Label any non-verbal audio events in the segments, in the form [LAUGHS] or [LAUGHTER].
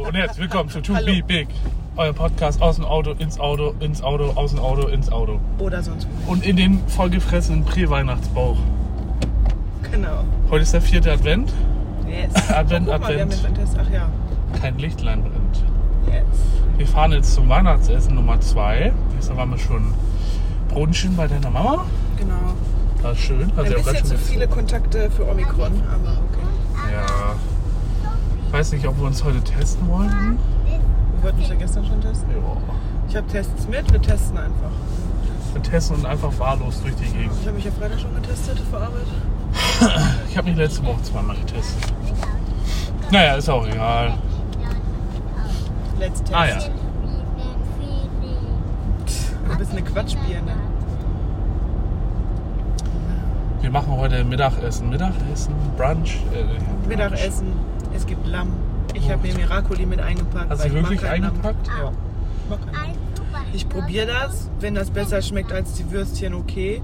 Oh, Und jetzt willkommen zu 2B Big, euer Podcast aus dem Auto, ins Auto, ins Auto, aus dem Auto, ins Auto. Oder sonst wo. Und in den vollgefressenen Prä-Weihnachtsbauch. Genau. Heute ist der vierte Advent, Yes. [LAUGHS] Advent, Guck Mal, wir Advent. haben Advent. Ach ja. kein Lichtlein brennt. Yes. Wir fahren jetzt zum Weihnachtsessen Nummer 2. Gestern waren wir schon Brunchen bei deiner Mama. Genau. War schön. Hat Ein sie auch ganz bisschen schön zu viele Kontakte für Omikron, aber okay. erzählt. Ja. Ich weiß nicht, ob wir uns heute testen wollen. Wir wollten uns ja gestern schon testen. Ja. Ich habe Tests mit, wir testen einfach. Wir testen und einfach wahllos durch die Gegend. Ich habe mich ja Freitag schon getestet vor Arbeit. Ich habe mich letzte Woche zweimal getestet. Naja, ist auch egal. Letztest. Ah, ja. Du bist eine ne? Quatschbirne. Wir machen heute Mittagessen. Mittagessen? Brunch? Äh, Brunch. Mittagessen. Es gibt Lamm. Ich habe mir Miracoli mit eingepackt. Hast weil du ich mag wirklich kein Lamm. eingepackt? Ja. Ich mag kein Lamm. Ich probiere das. Wenn das besser schmeckt als die Würstchen, okay.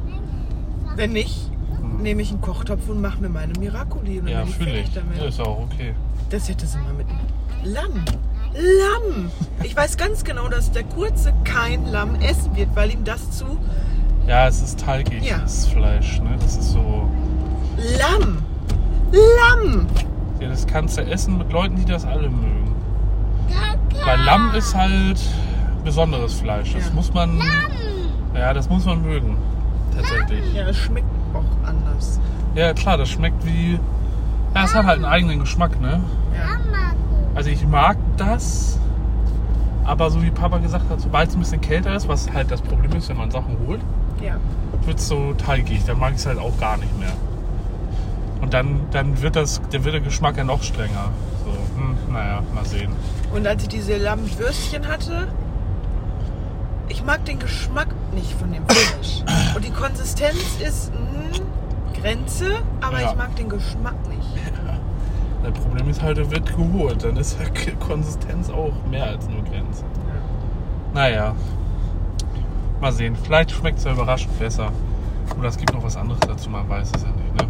Wenn nicht, nehme ich einen Kochtopf und mache mir meine Miracoli. Und dann Ja, bin ich fühle fertig ich. damit. Ist auch okay. Das hätte sie mal mit. Lamm! Lamm! Ich weiß ganz genau, dass der Kurze kein Lamm essen wird, weil ihm das zu. Ja, es ist talgig, Ja. das Fleisch. Ne? Das ist so. Lamm! Lamm! Ja, das kannst du essen mit Leuten, die das alle mögen. Weil Lamm ist halt besonderes Fleisch. Das Ja. muss man. Ja, das muss man mögen. Tatsächlich. Ja, es schmeckt auch anders. Ja, klar, das schmeckt wie. Ja, es hat halt einen eigenen Geschmack, ne? Ja. Also ich mag das, aber so wie Papa gesagt hat, sobald es ein bisschen kälter ist, was halt das Problem ist, wenn man Sachen holt, ja. wird es so teigig. Dann mag ich es halt auch gar nicht mehr. Und dann, dann wird das, dann wird der Geschmack ja noch strenger. So, hm, naja, mal sehen. Und als ich diese Lammwürstchen hatte, ich mag den Geschmack nicht von dem Fleisch. Und die Konsistenz ist mm, Grenze, aber Ja. ich mag den Geschmack nicht. Das Problem ist halt, er wird geholt. Dann ist die Konsistenz auch mehr als nur Grenze. Naja, mal sehen. Vielleicht schmeckt es ja überraschend besser. Oder es gibt noch was anderes dazu, man weiß es ja nicht, ne?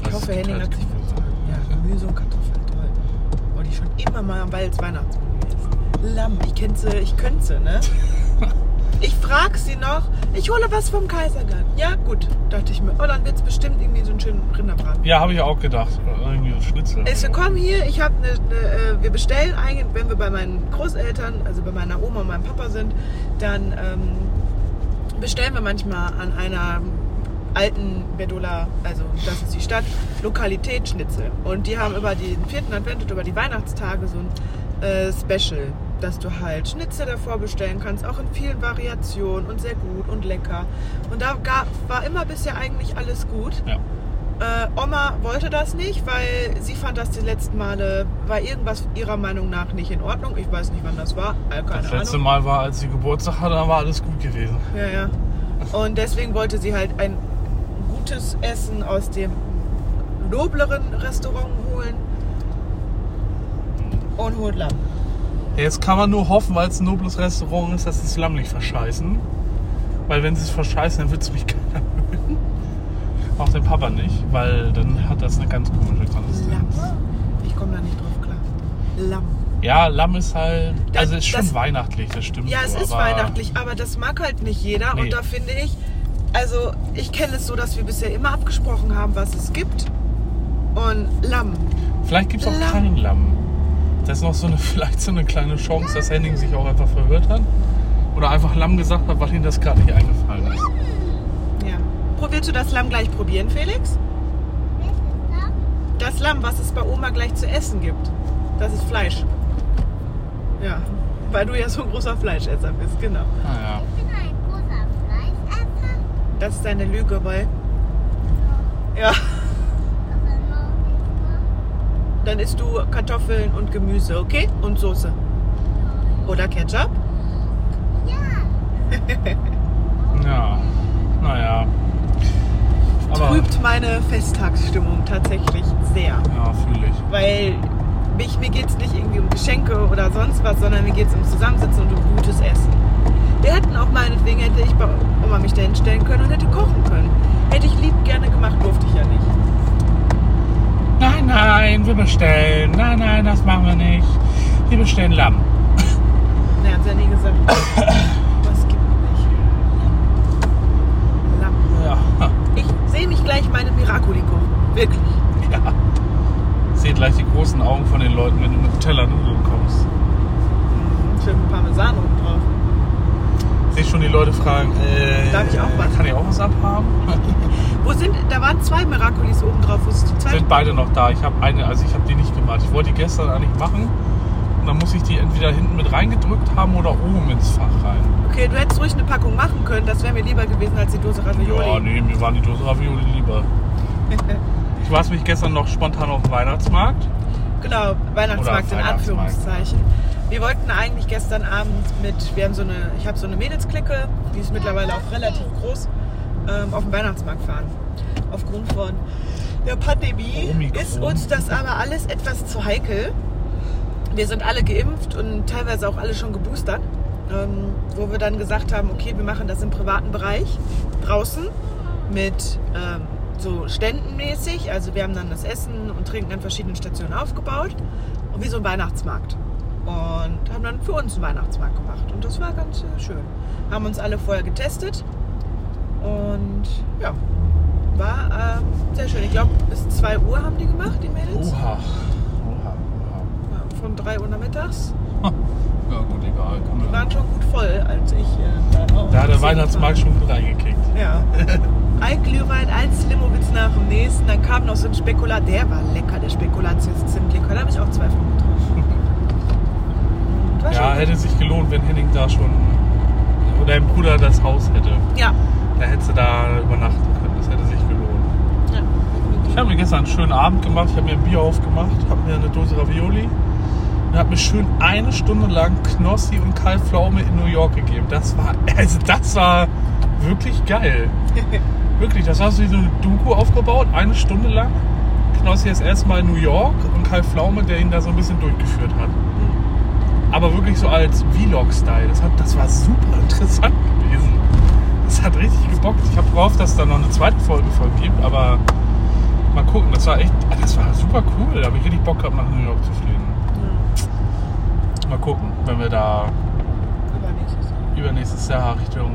Ich Also es hoffe, gibt Henning halt hat sich Gemüse. vertan. Ja, Gemüse und Kartoffeln, toll. Wollte ich schon immer mal am Walds Weihnachtskuchen essen. Lamm, ich kenn sie, ich könnte sie, [LAUGHS] ne? Ich frag sie noch, ich hole was vom Kaisergarten. Ja, gut, dachte ich mir. Oh, dann wird's bestimmt irgendwie so einen schönen Rinderbraten. Ja, habe ich auch gedacht. Irgendwie so Schnitzel. Ich so, komm hier, ich habe eine, ne, äh, wir bestellen eigentlich, wenn wir bei meinen Großeltern, also bei meiner Oma und meinem Papa sind, dann ähm, bestellen wir manchmal an einer alten Bedula, also das ist die Stadt, Lokalität Schnitzel. Und die haben über den vierten Advent und über die Weihnachtstage so ein äh, Special, dass du halt Schnitzel davor bestellen kannst, auch in vielen Variationen und sehr gut und lecker. Und da gab, war immer bisher eigentlich alles gut. Ja. Äh, Oma wollte das nicht, weil sie fand das die letzten Male, war irgendwas ihrer Meinung nach nicht in Ordnung. Ich weiß nicht, wann das war. Äh, Keine Das letzte Ahnung. Mal war, als sie Geburtstag hatte, dann war alles gut gewesen. Ja, ja. Und deswegen wollte sie halt ein gutes Essen aus dem nobleren Restaurant holen und holt Lamm. Jetzt kann man nur hoffen, weil es ein nobles Restaurant ist, dass sie es Lamm nicht verscheißen. Weil wenn sie es verscheißen, dann wird es mich keiner mögen. Auch dein Papa nicht, weil dann hat das eine ganz komische Lamm. Konsistenz. Ich komme da nicht drauf klar. Lamm. Ja, Lamm ist halt. Das- Also ist schon das- weihnachtlich, das stimmt. Ja, es so, ist aber weihnachtlich, aber das mag halt nicht jeder. Nee. Und da finde ich, also ich kenne es so, dass wir bisher immer abgesprochen haben, was es gibt. Und Lamm. Vielleicht gibt es auch Lamm. kein Lamm. Das ist noch so eine, [LAUGHS] vielleicht so eine kleine Chance, dass Henning sich auch einfach verhört hat. Oder einfach Lamm gesagt hat, weil ihm das gerade nicht eingefallen ist. Ja. Probierst du das Lamm gleich probieren, Felix? Das Lamm, was es bei Oma gleich zu essen gibt. Das ist Fleisch. Ja. Weil du ja so ein großer Fleischesser bist, genau. Naja. Das ist eine Lüge, weil. Ja. Dann isst du Kartoffeln und Gemüse, okay? Und Soße. Oder Ketchup? Ja, naja. Aber trübt meine Festtagsstimmung tatsächlich sehr. ja, fühle ich. Weil mich, mir geht es nicht irgendwie um Geschenke oder sonst was, sondern mir geht es ums Zusammensitzen und um gutes Essen. Wir hätten auch meinetwegen, hätte ich bei Oma mich da hinstellen können und hätte kochen können. Hätte ich lieb gerne gemacht, durfte ich ja nicht. Nein, nein, wir bestellen. Nein, nein, das machen wir nicht. Wir bestellen Lamm. Er hat ja nie [COUGHS] gesagt, was gibt es nicht? Lamm. Ja. [LAUGHS] Ich sehe mich gleich meine Miracoli kochen. Wirklich. ja. Ich sehe gleich die großen Augen von den Leuten, wenn du mit Tellernudeln kommst. Mhm, Schön Parmesan oben drauf. Ich sehe schon die Leute fragen, äh, Darf ich auch was? Kann ich auch was abhaben? Wo sind, da waren zwei Miracolis oben drauf. Wo ist die zweite? Sind beide noch da. Ich habe eine, also ich habe die nicht gemacht. Ich wollte die gestern eigentlich machen. Und dann muss ich die entweder hinten mit reingedrückt haben oder oben ins Fach rein. Okay, du hättest ruhig eine Packung machen können. Das wäre mir lieber gewesen als die Dose Ravioli. Ja, nee, mir waren die Dosen Ravioli lieber. [LAUGHS] ich war nämlich gestern noch spontan auf dem Weihnachtsmarkt. Genau, Weihnachtsmarkt in Oder Weihnachtsmarkt. Anführungszeichen. Wir wollten eigentlich gestern Abend mit, wir haben so eine, ich habe so eine Mädelsklicke, die ist mittlerweile auch relativ groß, ähm, auf den Weihnachtsmarkt fahren. Aufgrund von der Pandemie Omikron. ist uns das aber alles etwas zu heikel. Wir sind alle geimpft und teilweise auch alle schon geboostert, ähm, wo wir dann gesagt haben, okay, wir machen das im privaten Bereich draußen mit ähm, so ständenmäßig. Also wir haben dann das Essen und Trinken an verschiedenen Stationen aufgebaut und wie so ein Weihnachtsmarkt. Und haben dann für uns einen Weihnachtsmarkt gemacht und das war ganz äh, schön. Haben uns alle vorher getestet und ja, war ähm, sehr schön. Ich glaube, bis 2 Uhr haben die gemacht, die Mädels. Oha. Oha. Ja, von 3 Uhr nachmittags. Oha. Ja gut, egal. Kann Die man waren schon gut voll, als ich äh, da da hat der Weihnachtsmarkt schon gut reingekickt. Ja. [LAUGHS] Ein Glühwein, ein Slimowitz nach dem nächsten. Dann kam noch so ein Spekulat. Der war lecker, der Spekulatius-Zimtlikör. Da habe ich auch zwei von [LAUGHS] getrunken. War Ja, schon gut. hätte sich gelohnt, wenn Henning da schon oder dein Bruder das Haus hätte. ja. Da hättest du da übernachten können. Das hätte sich gelohnt. ja. Ich habe mir gestern einen schönen Abend gemacht. Ich habe mir ein Bier aufgemacht, habe mir eine Dose Ravioli und habe mir schön eine Stunde lang Knossi und Kalbpflaume in New York gegeben. Das war, [LAUGHS] also das war wirklich geil. Wirklich, das war so wie so eine Doku aufgebaut, eine Stunde lang. Knossi ist erstmal in New York und Kai Pflaume, der ihn da so ein bisschen durchgeführt hat. Aber wirklich so als Vlog-Style. Das, hat, das war super interessant gewesen. Das hat richtig gebockt. Ich habe gehofft, dass es da noch eine zweite Folge von gibt, aber mal gucken. Das war echt, ah, das war super cool. Da habe ich richtig Bock gehabt, nach New York zu fliegen. Mal gucken, wenn wir da Aber nächstes Jahr. übernächstes Jahr Richtung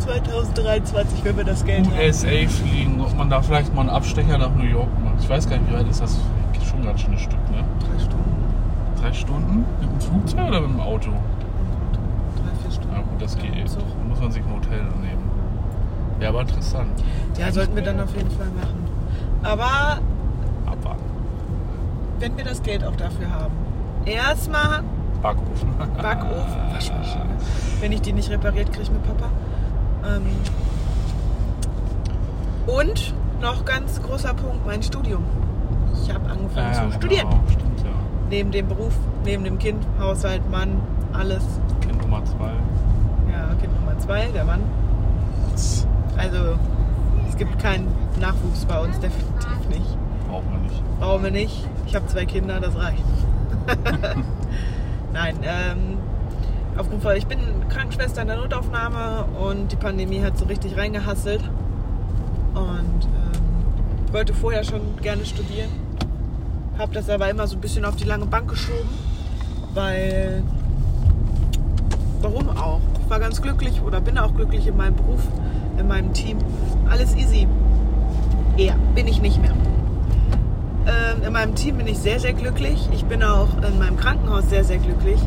2023, wenn wir das Geld haben. USA fliegen, ob man da vielleicht mal einen Abstecher nach New York macht. Ich weiß gar nicht, wie weit ist das? Geht Schon ganz schönes Stück, ne? Drei Stunden. Drei Stunden? Mit dem Flugzeug oder mit dem Auto? Drei, vier Stunden. Na Ah, gut, das geht. So. Da muss man sich ein Hotel nehmen. Wäre aber interessant. Ja, sollten wir dann auf jeden Fall machen. Aber Abwarten. wenn wir das Geld auch dafür haben. Erstmal Backofen. Ah. Backofen, Waschmaschine. Wenn ich die nicht repariert kriege mit Papa. Ähm und noch ganz großer Punkt, mein Studium. Ich habe angefangen Ja, zu ja, genau. studieren. Stimmt, ja. Neben dem Beruf, neben dem Kind, Haushalt, Mann, alles. Kind Nummer zwei. Ja, Kind Nummer zwei, der Mann. Also es gibt keinen Nachwuchs bei uns, definitiv nicht. Braucht man nicht. Brauchen wir nicht. Ich habe zwei Kinder, das reicht. Nein, ähm, aufgrund von, ich bin Krankenschwester in der Notaufnahme und die Pandemie hat so richtig reingehasselt. Und ähm, ich wollte vorher schon gerne studieren, habe das aber immer so ein bisschen auf die lange Bank geschoben, weil warum auch? Ich war ganz glücklich oder bin auch glücklich in meinem Beruf, in meinem Team. Alles easy. Eher bin ich nicht mehr. Ähm, in meinem Team bin ich sehr, sehr glücklich. Ich bin auch in meinem Krankenhaus sehr, sehr glücklich.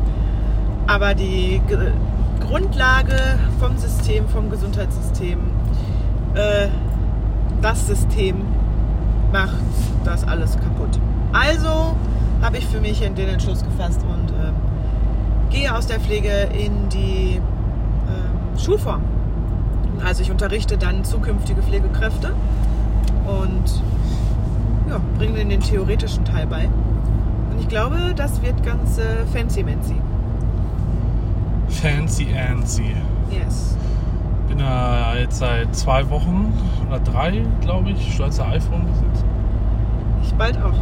Aber die G Grundlage vom System, vom Gesundheitssystem, äh, das System macht das alles kaputt. Also habe ich für mich den Entschluss gefasst und ähm, gehe aus der Pflege in die ähm, Schulform. Also ich unterrichte dann zukünftige Pflegekräfte und ja, bringen denen den theoretischen Teil bei. Und ich glaube, das wird ganz äh, fancy-mancy. Fancy Ancy. Yes. bin ja jetzt seit zwei Wochen oder drei, glaube ich, stolzer iPhone-Besitzer. Ich bald auch.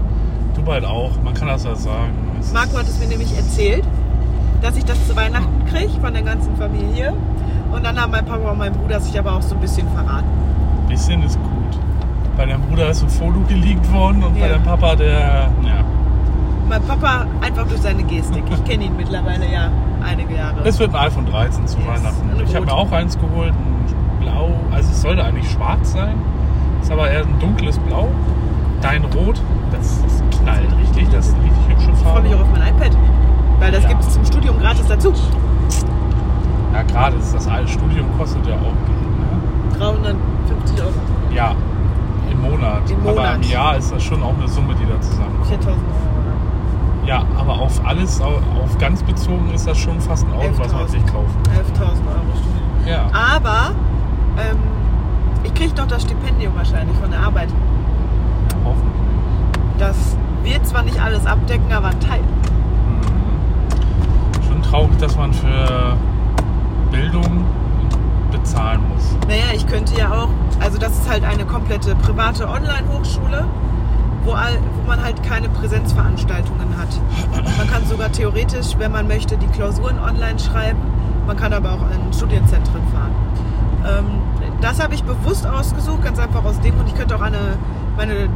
Du bald auch, man kann das ja sagen. Es Marco hat es mir nämlich erzählt, dass ich das zu Weihnachten kriege von der ganzen Familie. Und dann haben mein Papa und mein Bruder sich aber auch so ein bisschen verraten. ein bisschen ist gut. Bei deinem Bruder ist ein Foto geleakt worden und bei Ja. deinem Papa der. Ja. mein Papa einfach durch seine Gestik. Ich kenne ihn mittlerweile ja einige Jahre. Es wird ein iPhone 13 zu Yes, Weihnachten. ein Ich habe mir Rot. auch eins geholt, ein Blau. Also es sollte eigentlich schwarz sein. Ist aber eher ein dunkles Blau. Dein Rot, das, das knallt richtig. Das ist eine richtig hübsche Ich freue mich auch Farbe. auf mein iPad, weil das Ja. gibt es zum Studium gratis dazu. Ja, gerade ist das alte Studium kostet ja auch Geld. Ne? 350 Euro, Ja, im Monat. Im Aber im Monat. Jahr ist das schon auch eine Summe, die da zusammenkommt. 4000 Euro. Ja, aber auf alles, au- auf ganz bezogen ist das schon fast ein Auto, was man 11.000. sich kauft. 11.000 Euro Studium. Ja. Aber ähm, ich kriege doch das Stipendium wahrscheinlich von der Arbeit. Hoffentlich. Das wird zwar nicht alles abdecken, aber ein Teil. Hm. Schon traurig, dass man für Bildung bezahlen muss. Naja, ich könnte ja auch, also das ist halt eine komplette private Online-Hochschule, wo, all, wo man halt keine Präsenzveranstaltungen hat. Man kann sogar theoretisch, wenn man möchte, die Klausuren online schreiben. Man kann aber auch in Studienzentren fahren. Ähm, das habe ich bewusst ausgesucht, ganz einfach aus dem Grund. Ich könnte auch eine, meine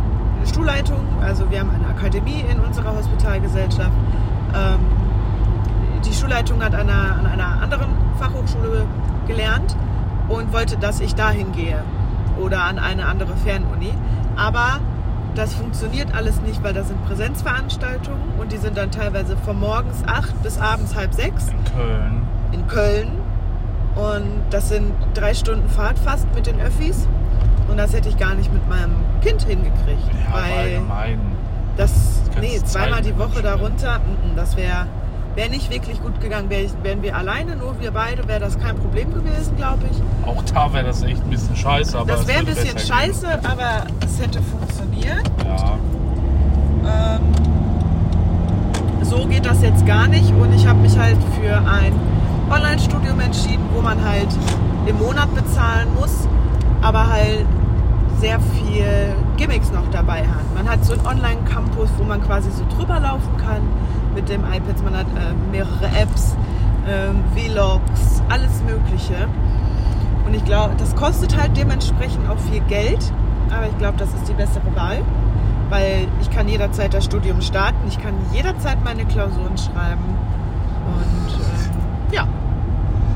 Schulleitung, also wir haben eine Akademie in unserer Hospitalgesellschaft. Ähm, die Schulleitung hat an einer, an einer anderen Fachhochschule gelernt und wollte, dass ich dahin gehe oder an eine andere Fernuni. Aber das funktioniert alles nicht, weil das sind Präsenzveranstaltungen und die sind dann teilweise von morgens 8 bis abends halb sechs In Köln. in Köln. Und das sind drei Stunden Fahrt fast mit den Öffis. Und das hätte ich gar nicht mit meinem Kind hingekriegt. Ja, aber weil allgemein. das, Das nee, ganze zweimal Zeit die Woche schwer. darunter, mm, mm, das wäre wär nicht wirklich gut gegangen. Wär ich, wären wir alleine, nur wir beide, wäre das kein Problem gewesen, glaube ich. Auch da wäre das echt ein bisschen scheiße. Aber das es wäre ein wird bisschen besser scheiße, aber es hätte funktioniert. gehen. Ja. Ähm, so geht das jetzt gar nicht und ich habe mich halt für ein Online-Studium entschieden, wo man halt im Monat bezahlen muss, aber halt sehr viel Gimmicks noch dabei hat. Man hat so einen Online-Campus, wo man quasi so drüber laufen kann mit dem iPad. Man hat äh, mehrere Apps, ähm, Vlogs, alles Mögliche. Und ich glaube, das kostet halt dementsprechend auch viel Geld, aber ich glaube, das ist die bessere Wahl weil ich kann jederzeit das Studium starten, ich kann jederzeit meine Klausuren schreiben und ähm, ja,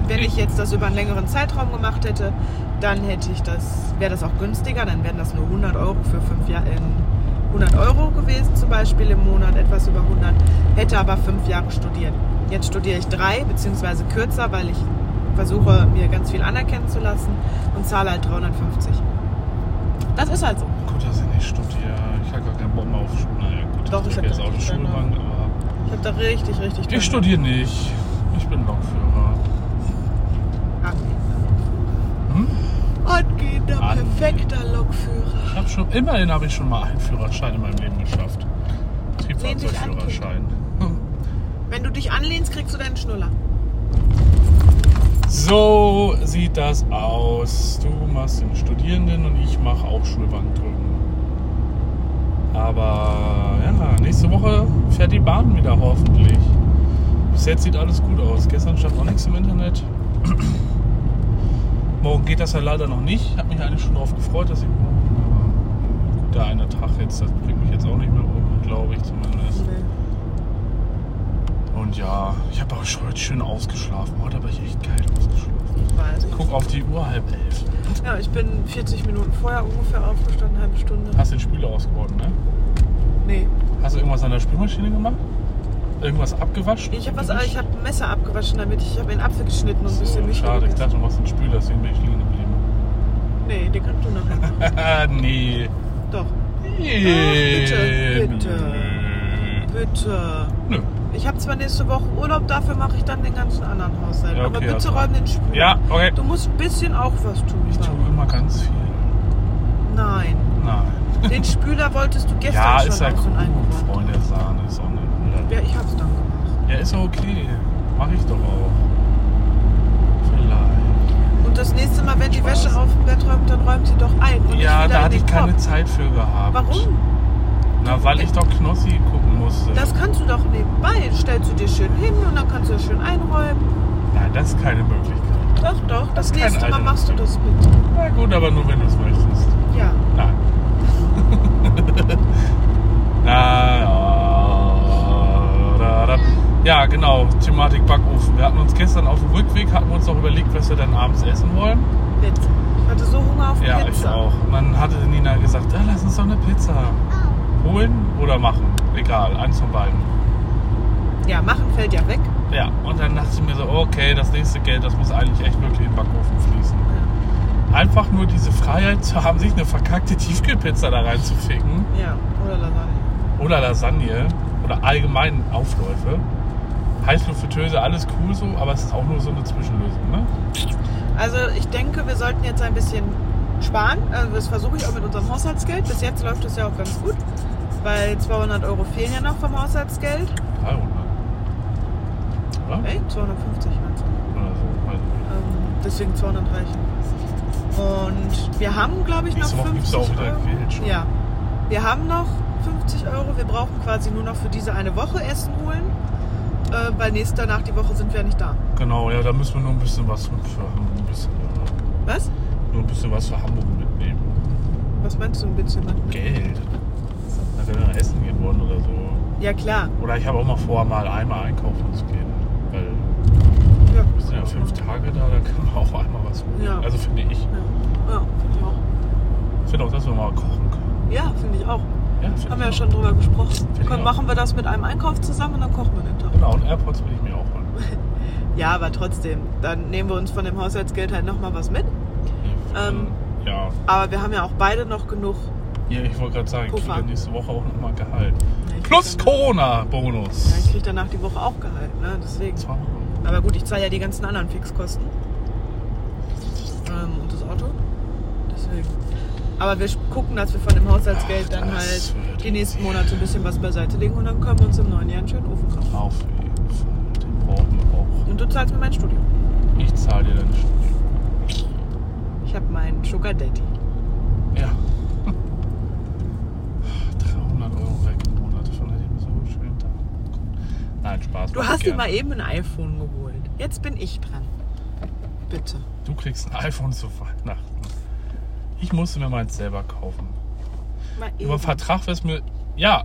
wenn ich jetzt das über einen längeren Zeitraum gemacht hätte, dann hätte ich das, wäre das auch günstiger, dann wären das nur 100 Euro für fünf Jahre, in 100 Euro gewesen zum Beispiel im Monat, etwas über 100, hätte aber fünf Jahre studiert. Jetzt studiere ich drei, beziehungsweise kürzer, weil ich versuche, mir ganz viel anerkennen zu lassen und zahle halt 350. Das ist halt so. Gut, dass ich nicht studiere. Ich habe gar keinen Bock mehr auf Schule. Naja, gut, Doch, ich ich drücke hab jetzt da auch die richtig Bock Schulbank. Aber Ich habe da richtig, richtig dran- ich studiere nicht. Ich bin Lokführer. Ah. Hm? Angehender, An- perfekter Lokführer. Ich hab schon, immerhin habe ich schon mal einen Führerschein in meinem Leben geschafft. Lehn dich an, Triebfahrzeugführerschein. Wenn du dich anlehnst, kriegst du deinen Schnuller. So sieht das aus. Du machst den Studierenden und ich mache auch Schulbank drücken. Aber ja, nächste Woche fährt die Bahn wieder hoffentlich. Bis jetzt sieht alles gut aus. Gestern stand auch nichts im Internet. [CLEARS THROAT] Morgen geht das ja leider noch nicht. Ich habe mich eigentlich schon darauf gefreut, dass ich morgen. Aber gut, der eine Tag jetzt, das bringt mich jetzt auch nicht mehr um, glaube ich zumindest. Und ja, ich habe auch schon heute schön ausgeschlafen. Heute habe ich echt geil ausgeschlafen. Ich weiß. Guck auf die Uhr, halb elf. Ja, ich bin 40 Minuten vorher ungefähr aufgestanden, eine halbe Stunde. Hast den Spüler ausgeräumt, ne? Nee. Hast du irgendwas an der Spülmaschine gemacht? Irgendwas abgewaschen? Ich habe was, ah, ich habe ein Messer abgewaschen, damit ich, ich habe den Apfel geschnitten und ein bisschen so, Milch Hm, Schade, ich reingekippt. dachte, du machst den Spüler, deswegen bin ich liegen geblieben. Nee, den kannst du [LAUGHS] nachher machen. Haha, nee. Doch. Nee. bitte. Bitte. Nö. Ich habe zwar nächste Woche Urlaub, dafür mache ich dann den ganzen anderen Haushalt. Ja, Aber okay, bitte also. räum den Spül. Ja, okay. Du musst ein bisschen auch was tun. Ich tue Barbara. immer ganz viel. Nein. Nein. Den Spüler wolltest du gestern Ja, schon ist ja aus und cool. eingeräumt. Freunde, Sahne, Sonne. Ja, ich hab's dann gemacht. Ja, ist ja okay. Mach ich doch auch. Vielleicht. Und das nächste Mal, wenn die Spaß. Wäsche auf dem Bett räumt, dann räumt sie doch ein. Und Ja, da nicht wieder in hatte den ich keine Korb. Zeit für gehabt. Warum? Na, weil ich doch Knossi gucken musste. Das kannst du doch nebenbei. Stellst du dir schön hin und dann kannst du ja schön einräumen. Nein, das ist keine Möglichkeit. Doch, doch. Das, Das kann nächste Mal einer machst du nicht. das bitte. Na gut, aber nur wenn du es möchtest. Ja. [LAUGHS] Nein. Na ja. Ja, genau, Thematik Backofen. Wir hatten uns gestern auf dem Rückweg, hatten wir uns noch überlegt, was wir dann abends essen wollen. Jetzt. Ich hatte so Hunger auf Ja, Pizza. ich auch. Und dann hatte Nina gesagt, ja, lass uns doch eine Pizza holen oder machen. Egal, eins von beiden. Ja, machen fällt ja weg. Ja, und dann dachte ich mir so, okay, das nächste Geld, das muss eigentlich echt wirklich in den Backofen fließen. Einfach nur diese Freiheit zu haben, sich eine verkackte Tiefkühlpizza da reinzuficken Ja, oder Lasagne. oder Lasagne oder allgemein Aufläufe. Heißluftfritteuse, alles cool so, aber es ist auch nur so eine Zwischenlösung, ne? Also ich denke, wir sollten jetzt ein bisschen sparen. Also das versuche ich auch mit unserem Haushaltsgeld. Bis jetzt läuft es ja auch ganz gut, weil 200 Euro fehlen ja noch vom Haushaltsgeld. 300. Oder? Ey, 250 meinst du? Oder so. weiß ich nicht. Ähm, deswegen 200 reichen. Und wir haben, glaube ich, noch Nächste Woche gibt's 50 ja auch Euro. wieder Geld schon. Ja, wir haben noch 50 Euro. Wir brauchen quasi nur noch für diese eine Woche Essen holen, äh, weil nächste danach die Woche sind wir ja nicht da. Genau, ja, da müssen wir nur ein bisschen was für Hamburg, ein bisschen, ja, Was? nur ein bisschen was für Hamburg mitnehmen. Was meinst du ein bisschen? ne? Geld. Da werden wir nach Essen gehen wollen oder so. Ja klar. Oder ich habe auch mal vor, mal einmal einkaufen zu gehen. Weil Ja. wir sind ja fünf Tage da, da kann man auch einmal was holen. Ja. Also finde ich. Ja, ja finde ich auch. Ich finde auch, dass wir mal kochen können. Ja, finde ich auch. Ja, finde Haben wir ja ich schon drüber gesprochen. ich Können, auch. machen wir das mit einem Einkauf zusammen und dann kochen wir den auch. Tag. Genau, und AirPods will ich mir auch holen. Ja, aber trotzdem, dann nehmen wir uns von dem Haushaltsgeld halt nochmal was mit. [LAUGHS] Ähm. ja. Aber wir haben ja auch beide noch genug. ja, ich wollte gerade sagen, ich kriege Puffer. ja nächste Woche auch nochmal Gehalt. Ja, ich Plus krieg dann- Ja, ich Corona-Bonus. kriege danach die Woche auch Gehalt, ne? Deswegen. Zwei Wochen. Aber gut, ich zahle ja die ganzen anderen Fixkosten. Ähm, und das Auto. Deswegen. Aber wir gucken, dass wir von dem Haushaltsgeld Ach, dann das halt wird die nächsten Monate ein bisschen was beiseite legen und dann können wir uns im neuen Jahr einen schönen Ofen kaufen. Auf jeden Fall. Den brauchen wir auch. Und du zahlst mir mein Studio. Ich zahle dir deine Studie. Ich habe meinen Sugar Daddy. Ja. [LAUGHS] 300 Euro weg im Monat. Von hätte ich mir so einen schönen Tag. Nein, Spaß. Du mach hast dir gerne. mal eben ein iPhone geholt. Jetzt bin ich dran. Bitte. Du kriegst ein iPhone zu Weihnachten. Ich musste mir meins selber kaufen. Mal eben. Über einen Vertrag wäre es mir. Ja,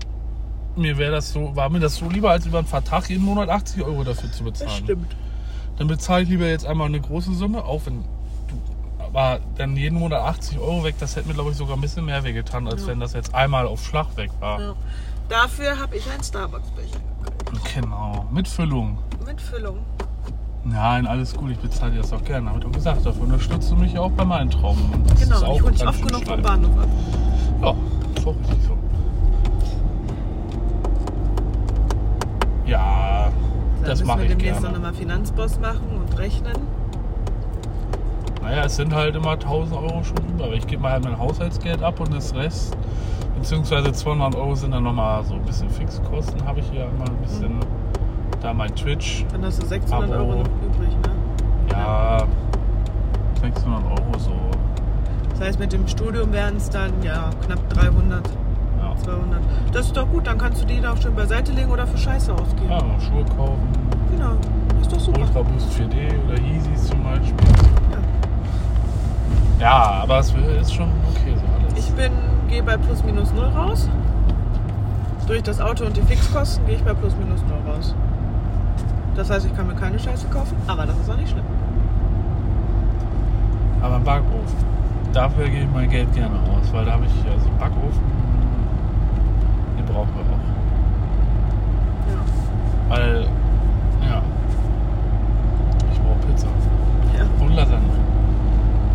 mir wäre das so, war mir das so lieber, als über einen Vertrag jeden Monat 80 Euro dafür zu bezahlen. Das stimmt. Dann bezahle ich lieber jetzt einmal eine große Summe, auch wenn du. Aber dann jeden Monat 80 Euro weg, das hätte mir, glaube ich, sogar ein bisschen mehr wehgetan, als Ja. wenn das jetzt einmal auf Schlag weg war. Ja. Dafür habe ich einen Starbucks-Becher. Genau. Mit Füllung. Mit Füllung. Nein, alles gut, ich bezahle dir das auch gerne. Habe ich doch gesagt, dafür unterstützt du mich ja auch bei meinen Trauben. Und das ist Genau, auch ich hole dich ganz oft schön genug vom steil. Bahnhof ab. Ja, ist auch richtig so. Ja, Dann das müssen mache wir ich demnächst noch gerne. mal Finanzboss machen und rechnen. Naja, es sind halt immer 1000 Euro schon über. Aber ich gebe mal halt mein Haushaltsgeld ab und das Rest, beziehungsweise 200 Euro sind dann nochmal so ein bisschen Fixkosten, habe ich hier immer ein bisschen. Mhm. Da mein Twitch, Dann hast du 600 Abo. Euro noch übrig. Ne? ja, 600 Euro so. Das heißt, mit dem Studium wären es dann ja knapp 300, Ja. 200. Das ist doch gut, dann kannst du die da auch schön beiseite legen oder für Scheiße ausgeben. Ja, noch Schuhe kaufen. Genau, das ist doch super. Ultra Boost 4D oder Yeezys zum Beispiel. Ja, aber es ist schon okay so alles. Ich bin, gehe bei plus minus null raus. Durch das Auto und die Fixkosten gehe ich bei plus minus null raus. Das heißt, ich kann mir keine Scheiße kaufen, aber das ist auch nicht schlimm. aber Backofen, dafür gebe ich mein Geld gerne aus, weil da habe ich also Backofen, den brauchen wir auch. Ja. Weil, ja, ich brauche Pizza Ja. und Lasagne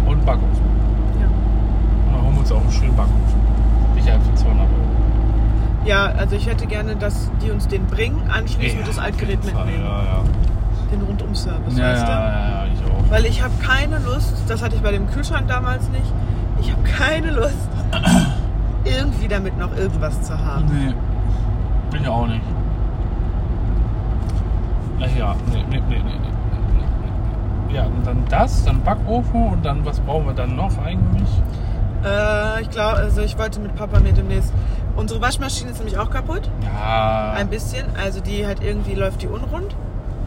und Backofen. Ja. Und dann holen wir uns auch einen schönen Backofen. Nicht einfach 200 Euro. ja, also ich hätte gerne, dass die uns den bringen, anschließend Ja, das auf Altgerät jeden Fall, mitnehmen. Ja, ja. Den Rundum-Service, ja, weißt du? ja, ja, ja, ich auch. Weil ich habe keine Lust, das hatte ich bei dem Kühlschrank damals nicht, ich habe keine Lust, [COUGHS] irgendwie damit noch irgendwas zu haben. Nee, bin ich auch nicht. Ach ja, nee, nee, nee, nee, nee, nee, nee. Ja, und dann das, dann Backofen und dann, was brauchen wir dann noch eigentlich? Äh, ich glaube, also ich wollte mit Papa mir demnächst. Unsere Waschmaschine ist nämlich auch kaputt. Ja, Ein bisschen. Also die halt irgendwie läuft die unrund.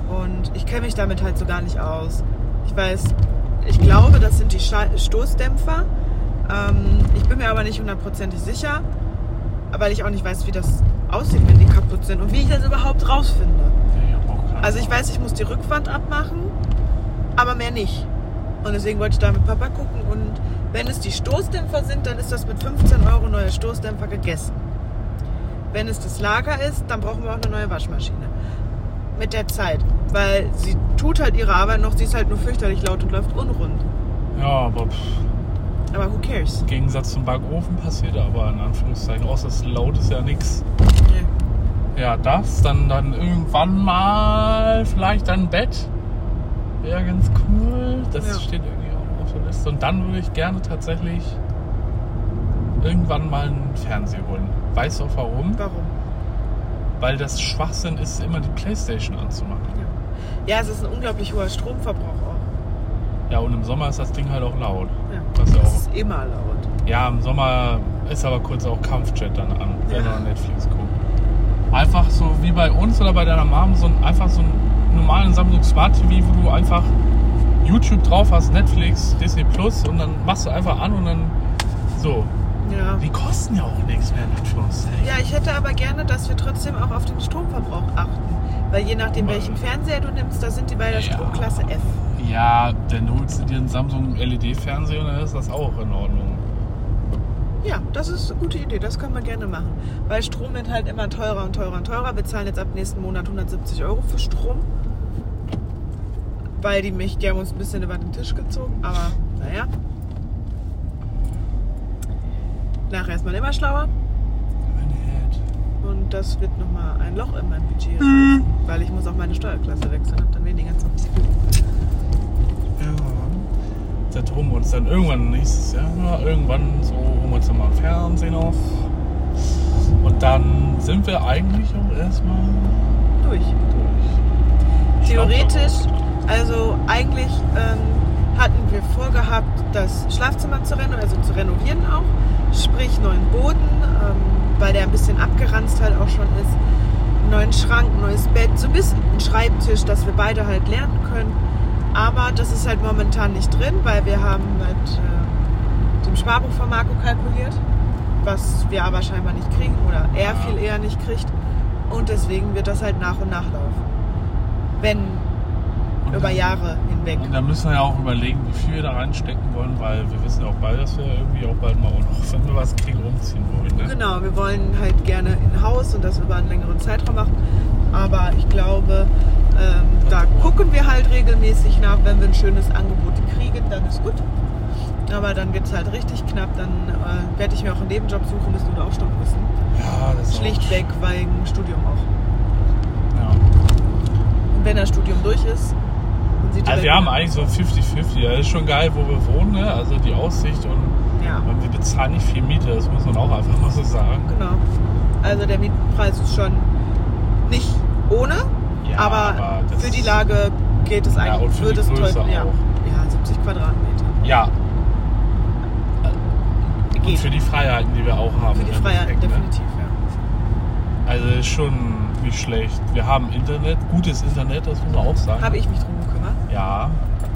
Und ich kenne mich damit halt so gar nicht aus. Ich weiß, ich glaube, das sind die Scha Stoßdämpfer. Ähm, ich bin mir aber nicht hundertprozentig sicher, weil ich auch nicht weiß, wie das aussieht, wenn die kaputt sind und wie ich das überhaupt rausfinde. ich hab Also ich weiß, ich muss die Rückwand abmachen, aber mehr nicht. Und deswegen wollte ich da mit Papa gucken. Und wenn es die Stoßdämpfer sind, dann ist das mit 15 Euro neuer Stoßdämpfer gegessen. Wenn es das Lager ist, dann brauchen wir auch eine neue Waschmaschine. Mit der Zeit. Weil sie tut halt ihre Arbeit noch, sie ist halt nur fürchterlich laut und läuft unrund. Ja, aber pff, Aber who cares? im Gegensatz zum Backofen passiert aber in Anführungszeichen, außer es laut ist ja nichts. Nee. Ja, das, dann, dann irgendwann mal vielleicht ein Bett. Wäre ganz cool. Das Ja. steht irgendwie auch noch auf der Liste. Und dann würde ich gerne tatsächlich irgendwann mal einen Fernseher holen. Weißt du auch warum? Warum? Weil das Schwachsinn ist, immer die Playstation anzumachen. Ja, es ist ein unglaublich hoher Stromverbrauch auch. Ja, und im Sommer ist das Ding halt auch laut. Ja. Das ist ja Es auch ist immer laut. Ja, im Sommer ist aber kurz auch Kampfjet dann an, wenn Ja. man Netflix guckt. Einfach so wie bei uns oder bei deiner Mom, so ein, einfach so einen normalen Samsung Smart TV, wo du einfach YouTube drauf hast, Netflix, Disney Plus und dann machst du einfach an und dann so. Ja. Die kosten ja auch nichts mehr in Anführungszeichen. Ja, ich hätte aber gerne, dass wir trotzdem auch auf den Stromverbrauch achten. Weil je nachdem, welchen Fernseher du nimmst, da sind die bei der Ja. Stromklasse F. Ja, dann holst du dir einen Samsung LED-Fernseher und dann ist das auch in Ordnung. Ja, das ist eine gute Idee, das können wir gerne machen. Weil Strom wird halt immer teurer und teurer und teurer. Wir zahlen jetzt ab nächsten Monat 170 Euro für Strom. Weil die mich, die haben uns ein bisschen über den Tisch gezogen, aber naja. Nachher ist man immer schlauer und das wird nochmal ein Loch in meinem Budget. reißen. Weil ich muss auch meine Steuerklasse wechseln, hab dann weniger zu Ja. Das holen wir uns dann irgendwann nächstes Jahr, irgendwann so holen wir uns dann mal im Fernsehen auf. Und dann sind wir eigentlich auch erstmal durch. durch. Theoretisch, also eigentlich ähm, hatten wir vorgehabt, das Schlafzimmer zu renovieren, also zu renovieren auch, sprich neuen Boden, ähm, weil der ein bisschen abgeranzt halt auch schon ist, neuen Schrank, neues Bett, so ein bisschen einen Schreibtisch, dass wir beide halt lernen können. Aber das ist halt momentan nicht drin, weil wir haben mit äh, dem Sparbuch von Marco kalkuliert, was wir aber scheinbar nicht kriegen oder er viel eher nicht kriegt. Und deswegen wird das halt nach und nach laufen. Wenn Und über dann- Jahre hinweg. Und dann müssen wir ja auch überlegen, wie viel wir da reinstecken wollen, weil wir wissen ja auch bald, dass wir irgendwie auch bald mal auch noch, wenn wir was kriegen, umziehen wollen. Ne? Genau, wir wollen halt gerne in Haus und das über einen längeren Zeitraum machen. Aber ich glaube, ähm, da gucken wir halt regelmäßig nach. Wenn wir ein schönes Angebot kriegen, dann ist gut. Aber dann wird es halt richtig knapp. Dann äh, werde ich mir auch einen Nebenjob suchen müssen oder aufstocken müssen. Ja, das ist auch- Schlichtweg wegen Studium auch. Ja. Und wenn das Studium durch ist, dann sieht die Also Welt- wir haben eigentlich so 50-50. Das ist schon geil, wo wir wohnen, ne? also die Aussicht und Ja, und wir bezahlen nicht viel Miete, das muss man auch einfach mal so sagen. genau. Also der Mietpreis ist schon nicht ohne, Ja, aber, das für die ist- Lage geht es eigentlich. und für wird die es Größe teuer. Ja. auch. ja, 70 Quadratmeter. Ja, Geht. für die Freiheiten, die wir auch haben. Für die im Freiheit, Endeffekt, ne? definitiv, ja. Also ist schon nicht schlecht. Wir haben Internet, gutes Internet, das muss man auch sagen. Habe ich mich drum gekümmert. Ja,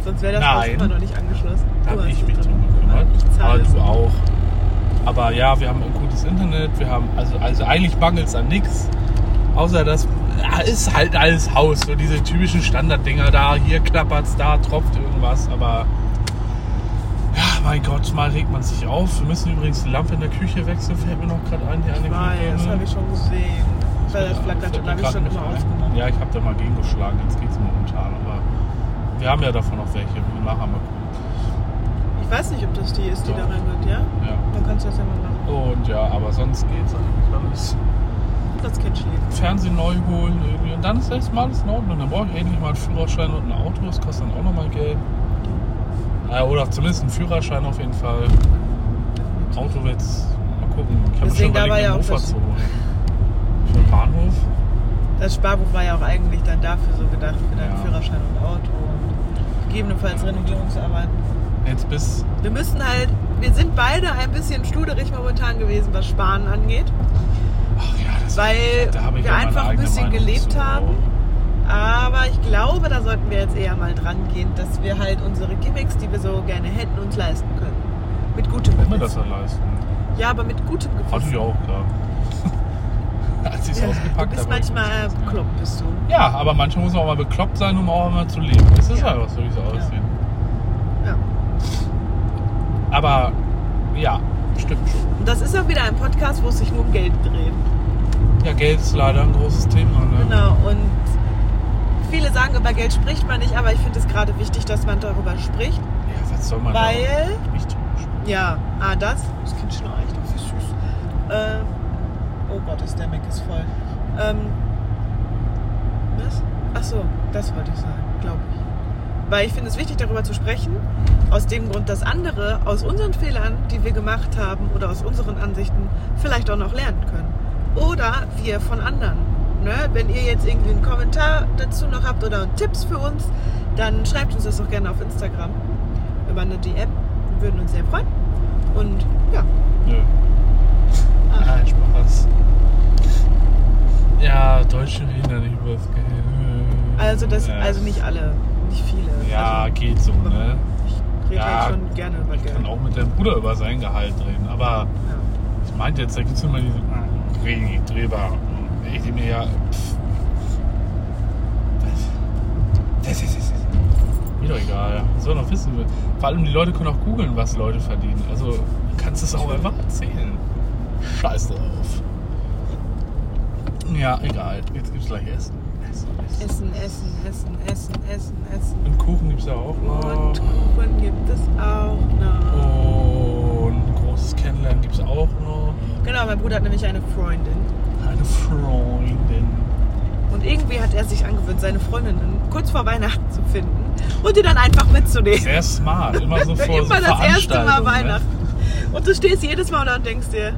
Sonst wäre das Nein. Haus immer noch nicht angeschlossen. da Du habe hast ich dich mich drum gekümmert. Also, Ich Aber zahle. du auch. Aber ja, wir haben ein gutes Internet. Wir haben, also, also eigentlich mangelt es an nichts. Außer das ja, ist halt alles Haus. So diese typischen Standarddinger da. Hier klappert's, da tropft irgendwas. Aber ja, mein Gott, mal regt man sich auf. Wir müssen übrigens die Lampe in der Küche wechseln. Fällt mir noch gerade ein, die eine Ich weiß, das Glühbirne. habe ich schon gesehen. Weil das flackert Fällt schon, mir habe ich grad schon nicht immer ein. ausgenommen. Ja, ich habe da mal gegengeschlagen, jetzt geht's momentan, aber wir haben ja davon noch welche. Wir nachher mal gucken. Ich weiß nicht, ob das die ist, die Doch. da rein wird, ja? Ja. Dann kannst du das ja mal machen. Und ja, aber sonst geht's eigentlich alles. Das Kind schläft. Fernsehen neu holen irgendwie und dann ist erstmal alles in Ordnung. Dann brauche ich endlich mal einen Führerschein und ein Auto, das kostet dann auch nochmal Geld. Naja, oder zumindest einen Führerschein auf jeden Fall. Auto wird's. Mal gucken. Ich habe schon Deswegen, da überlegt, war ja einen auch Mofa das- zu holen. Für den Bahnhof. Das Sparbuch war ja auch eigentlich dann dafür so gedacht, für deinen Ja. Führerschein und Auto und gegebenenfalls Renovierungsarbeiten. Jetzt bis Wir müssen halt, wir sind beide ein bisschen schluderig momentan gewesen, was Sparen angeht. Ach ja, das Weil da habe ich wir ja meine einfach ein eigene bisschen Meinung gelebt zu. haben. Aber ich glaube, da sollten wir jetzt eher mal dran gehen, dass wir halt unsere Gimmicks, die wir so gerne hätten, uns leisten können. Mit gutem Kann man das Gewissen. ja leisten? Ja, aber mit gutem Hatte ich Gewissen. auch, ja. [LAUGHS] als ich es Ja, du ausgepackt bist habe. manchmal Ja. bekloppt, bist du. Ja, aber manchmal muss man auch mal bekloppt sein, um auch mal zu leben. Das ist Ja. einfach so, wie es aussieht. Ja. Aber ja, stimmt schon. Und das ist auch wieder ein Podcast, wo es sich nur um Geld dreht. Ja, Geld ist leider ein großes Thema. Ne? Genau, und viele sagen, über Geld spricht man nicht, aber ich finde es gerade wichtig, dass man darüber spricht, Ja, was soll man da weil, auch nicht drüber sprechen? ja, ah, das, das Kind schnarcht, das ist süß. Ähm, oh Gott, ist der Mac ist voll. Ähm, was? Ach so, das wollte ich sagen, glaube ich. Weil ich finde es wichtig, darüber zu sprechen, aus dem Grund, dass andere aus unseren Fehlern, die wir gemacht haben oder aus unseren Ansichten, vielleicht auch noch lernen können. Oder wir von anderen. Ne? Wenn ihr jetzt irgendwie einen Kommentar dazu noch habt oder Tipps für uns, dann schreibt uns das doch gerne auf Instagram über eine DM. Wir würden uns sehr freuen. Und ja, Nö. Ah. Nein, Spaß. Ja, Deutsche reden da nicht über das Geld. also das, Ja. also nicht alle, nicht viele. Ja, also, geht so, ne? ich rede ja, halt schon gerne über Ich Geld. kann auch mit deinem Bruder über sein Gehalt reden, aber Ja. ich meinte jetzt, da gibt es immer diese "Ah, reden nicht drüber. Ich denke mir ja. Pff, das, das ist es. Mir doch egal. Soll noch wissen. Vor allem die Leute können auch googeln, was Leute verdienen. Also du kannst es auch einfach erzählen. Scheiß drauf. Ja, egal. Jetzt gibt's gleich Essen. Essen, Essen. Essen, Essen, Essen, Essen, Essen, Essen. Und Kuchen gibt's ja auch noch. Und Kuchen gibt es auch noch. Und großes Kennenlernen gibt's auch noch. Genau, mein Bruder hat nämlich eine Freundin. Eine Freundin. Und irgendwie hat er sich angewöhnt, seine Freundinnen kurz vor Weihnachten zu finden und die dann einfach mitzunehmen. Sehr smart. Immer so vor so Immer das erste Mal Veranstaltungen, ne? Weihnachten. Und du stehst jedes Mal da und denkst dir,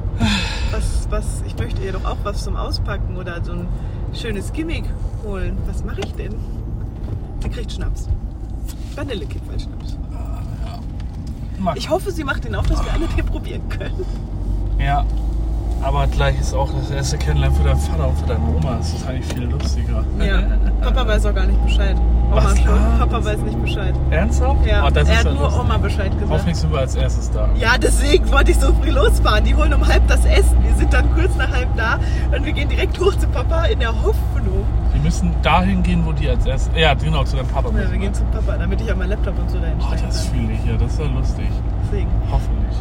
was, was, ich möchte ihr doch auch was zum Auspacken oder so ein schönes Gimmick holen. Was mache ich denn? Sie kriegt Schnaps. Vanillekipferl-Schnaps. Ne? Mag- Ich hoffe, sie macht den auch, dass wir alle den probieren können. Ja. Aber gleich ist auch das erste Kennenlernen für deinen Vater und für deine Oma. Das ist eigentlich viel lustiger. Papa weiß auch gar nicht Bescheid. Oma Was? schon. Papa weiß nicht Bescheid. Ernsthaft? Ja, Oh, das er ist hat ja nur um- lustig. Oma Bescheid gesagt. Hoffentlich sind wir als erstes da. Ja, deswegen wollte ich so früh losfahren. Die holen um halb das Essen. Wir sind dann kurz nach halb da und wir gehen direkt hoch zu Papa in der Hoffnung. Die müssen dahin gehen, wo die als erstes. Ja, genau, zu deinem Papa. Ja, müssen, wir ne? gehen zu Papa, damit ich auch meinen Laptop und so dahin Oh, stellen das fühle ich ja. Das ist ja lustig. kann. Deswegen. Hoffentlich.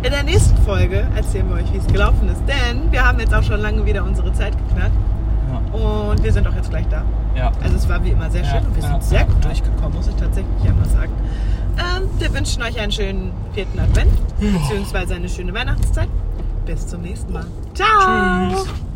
In der nächsten Folge erzählen wir euch, wie es gelaufen ist. Denn wir haben jetzt auch schon lange wieder unsere Zeit geknackt. Ja. Und wir sind auch jetzt gleich da. Ja. Also es war wie immer sehr schön Ja, und wir ja, sind sehr ja, gut ja. durchgekommen, muss ich tatsächlich einmal sagen. Ähm, wir wünschen euch einen schönen vierten Advent, beziehungsweise eine schöne Weihnachtszeit. Bis zum nächsten Mal. Ciao! Tschüss.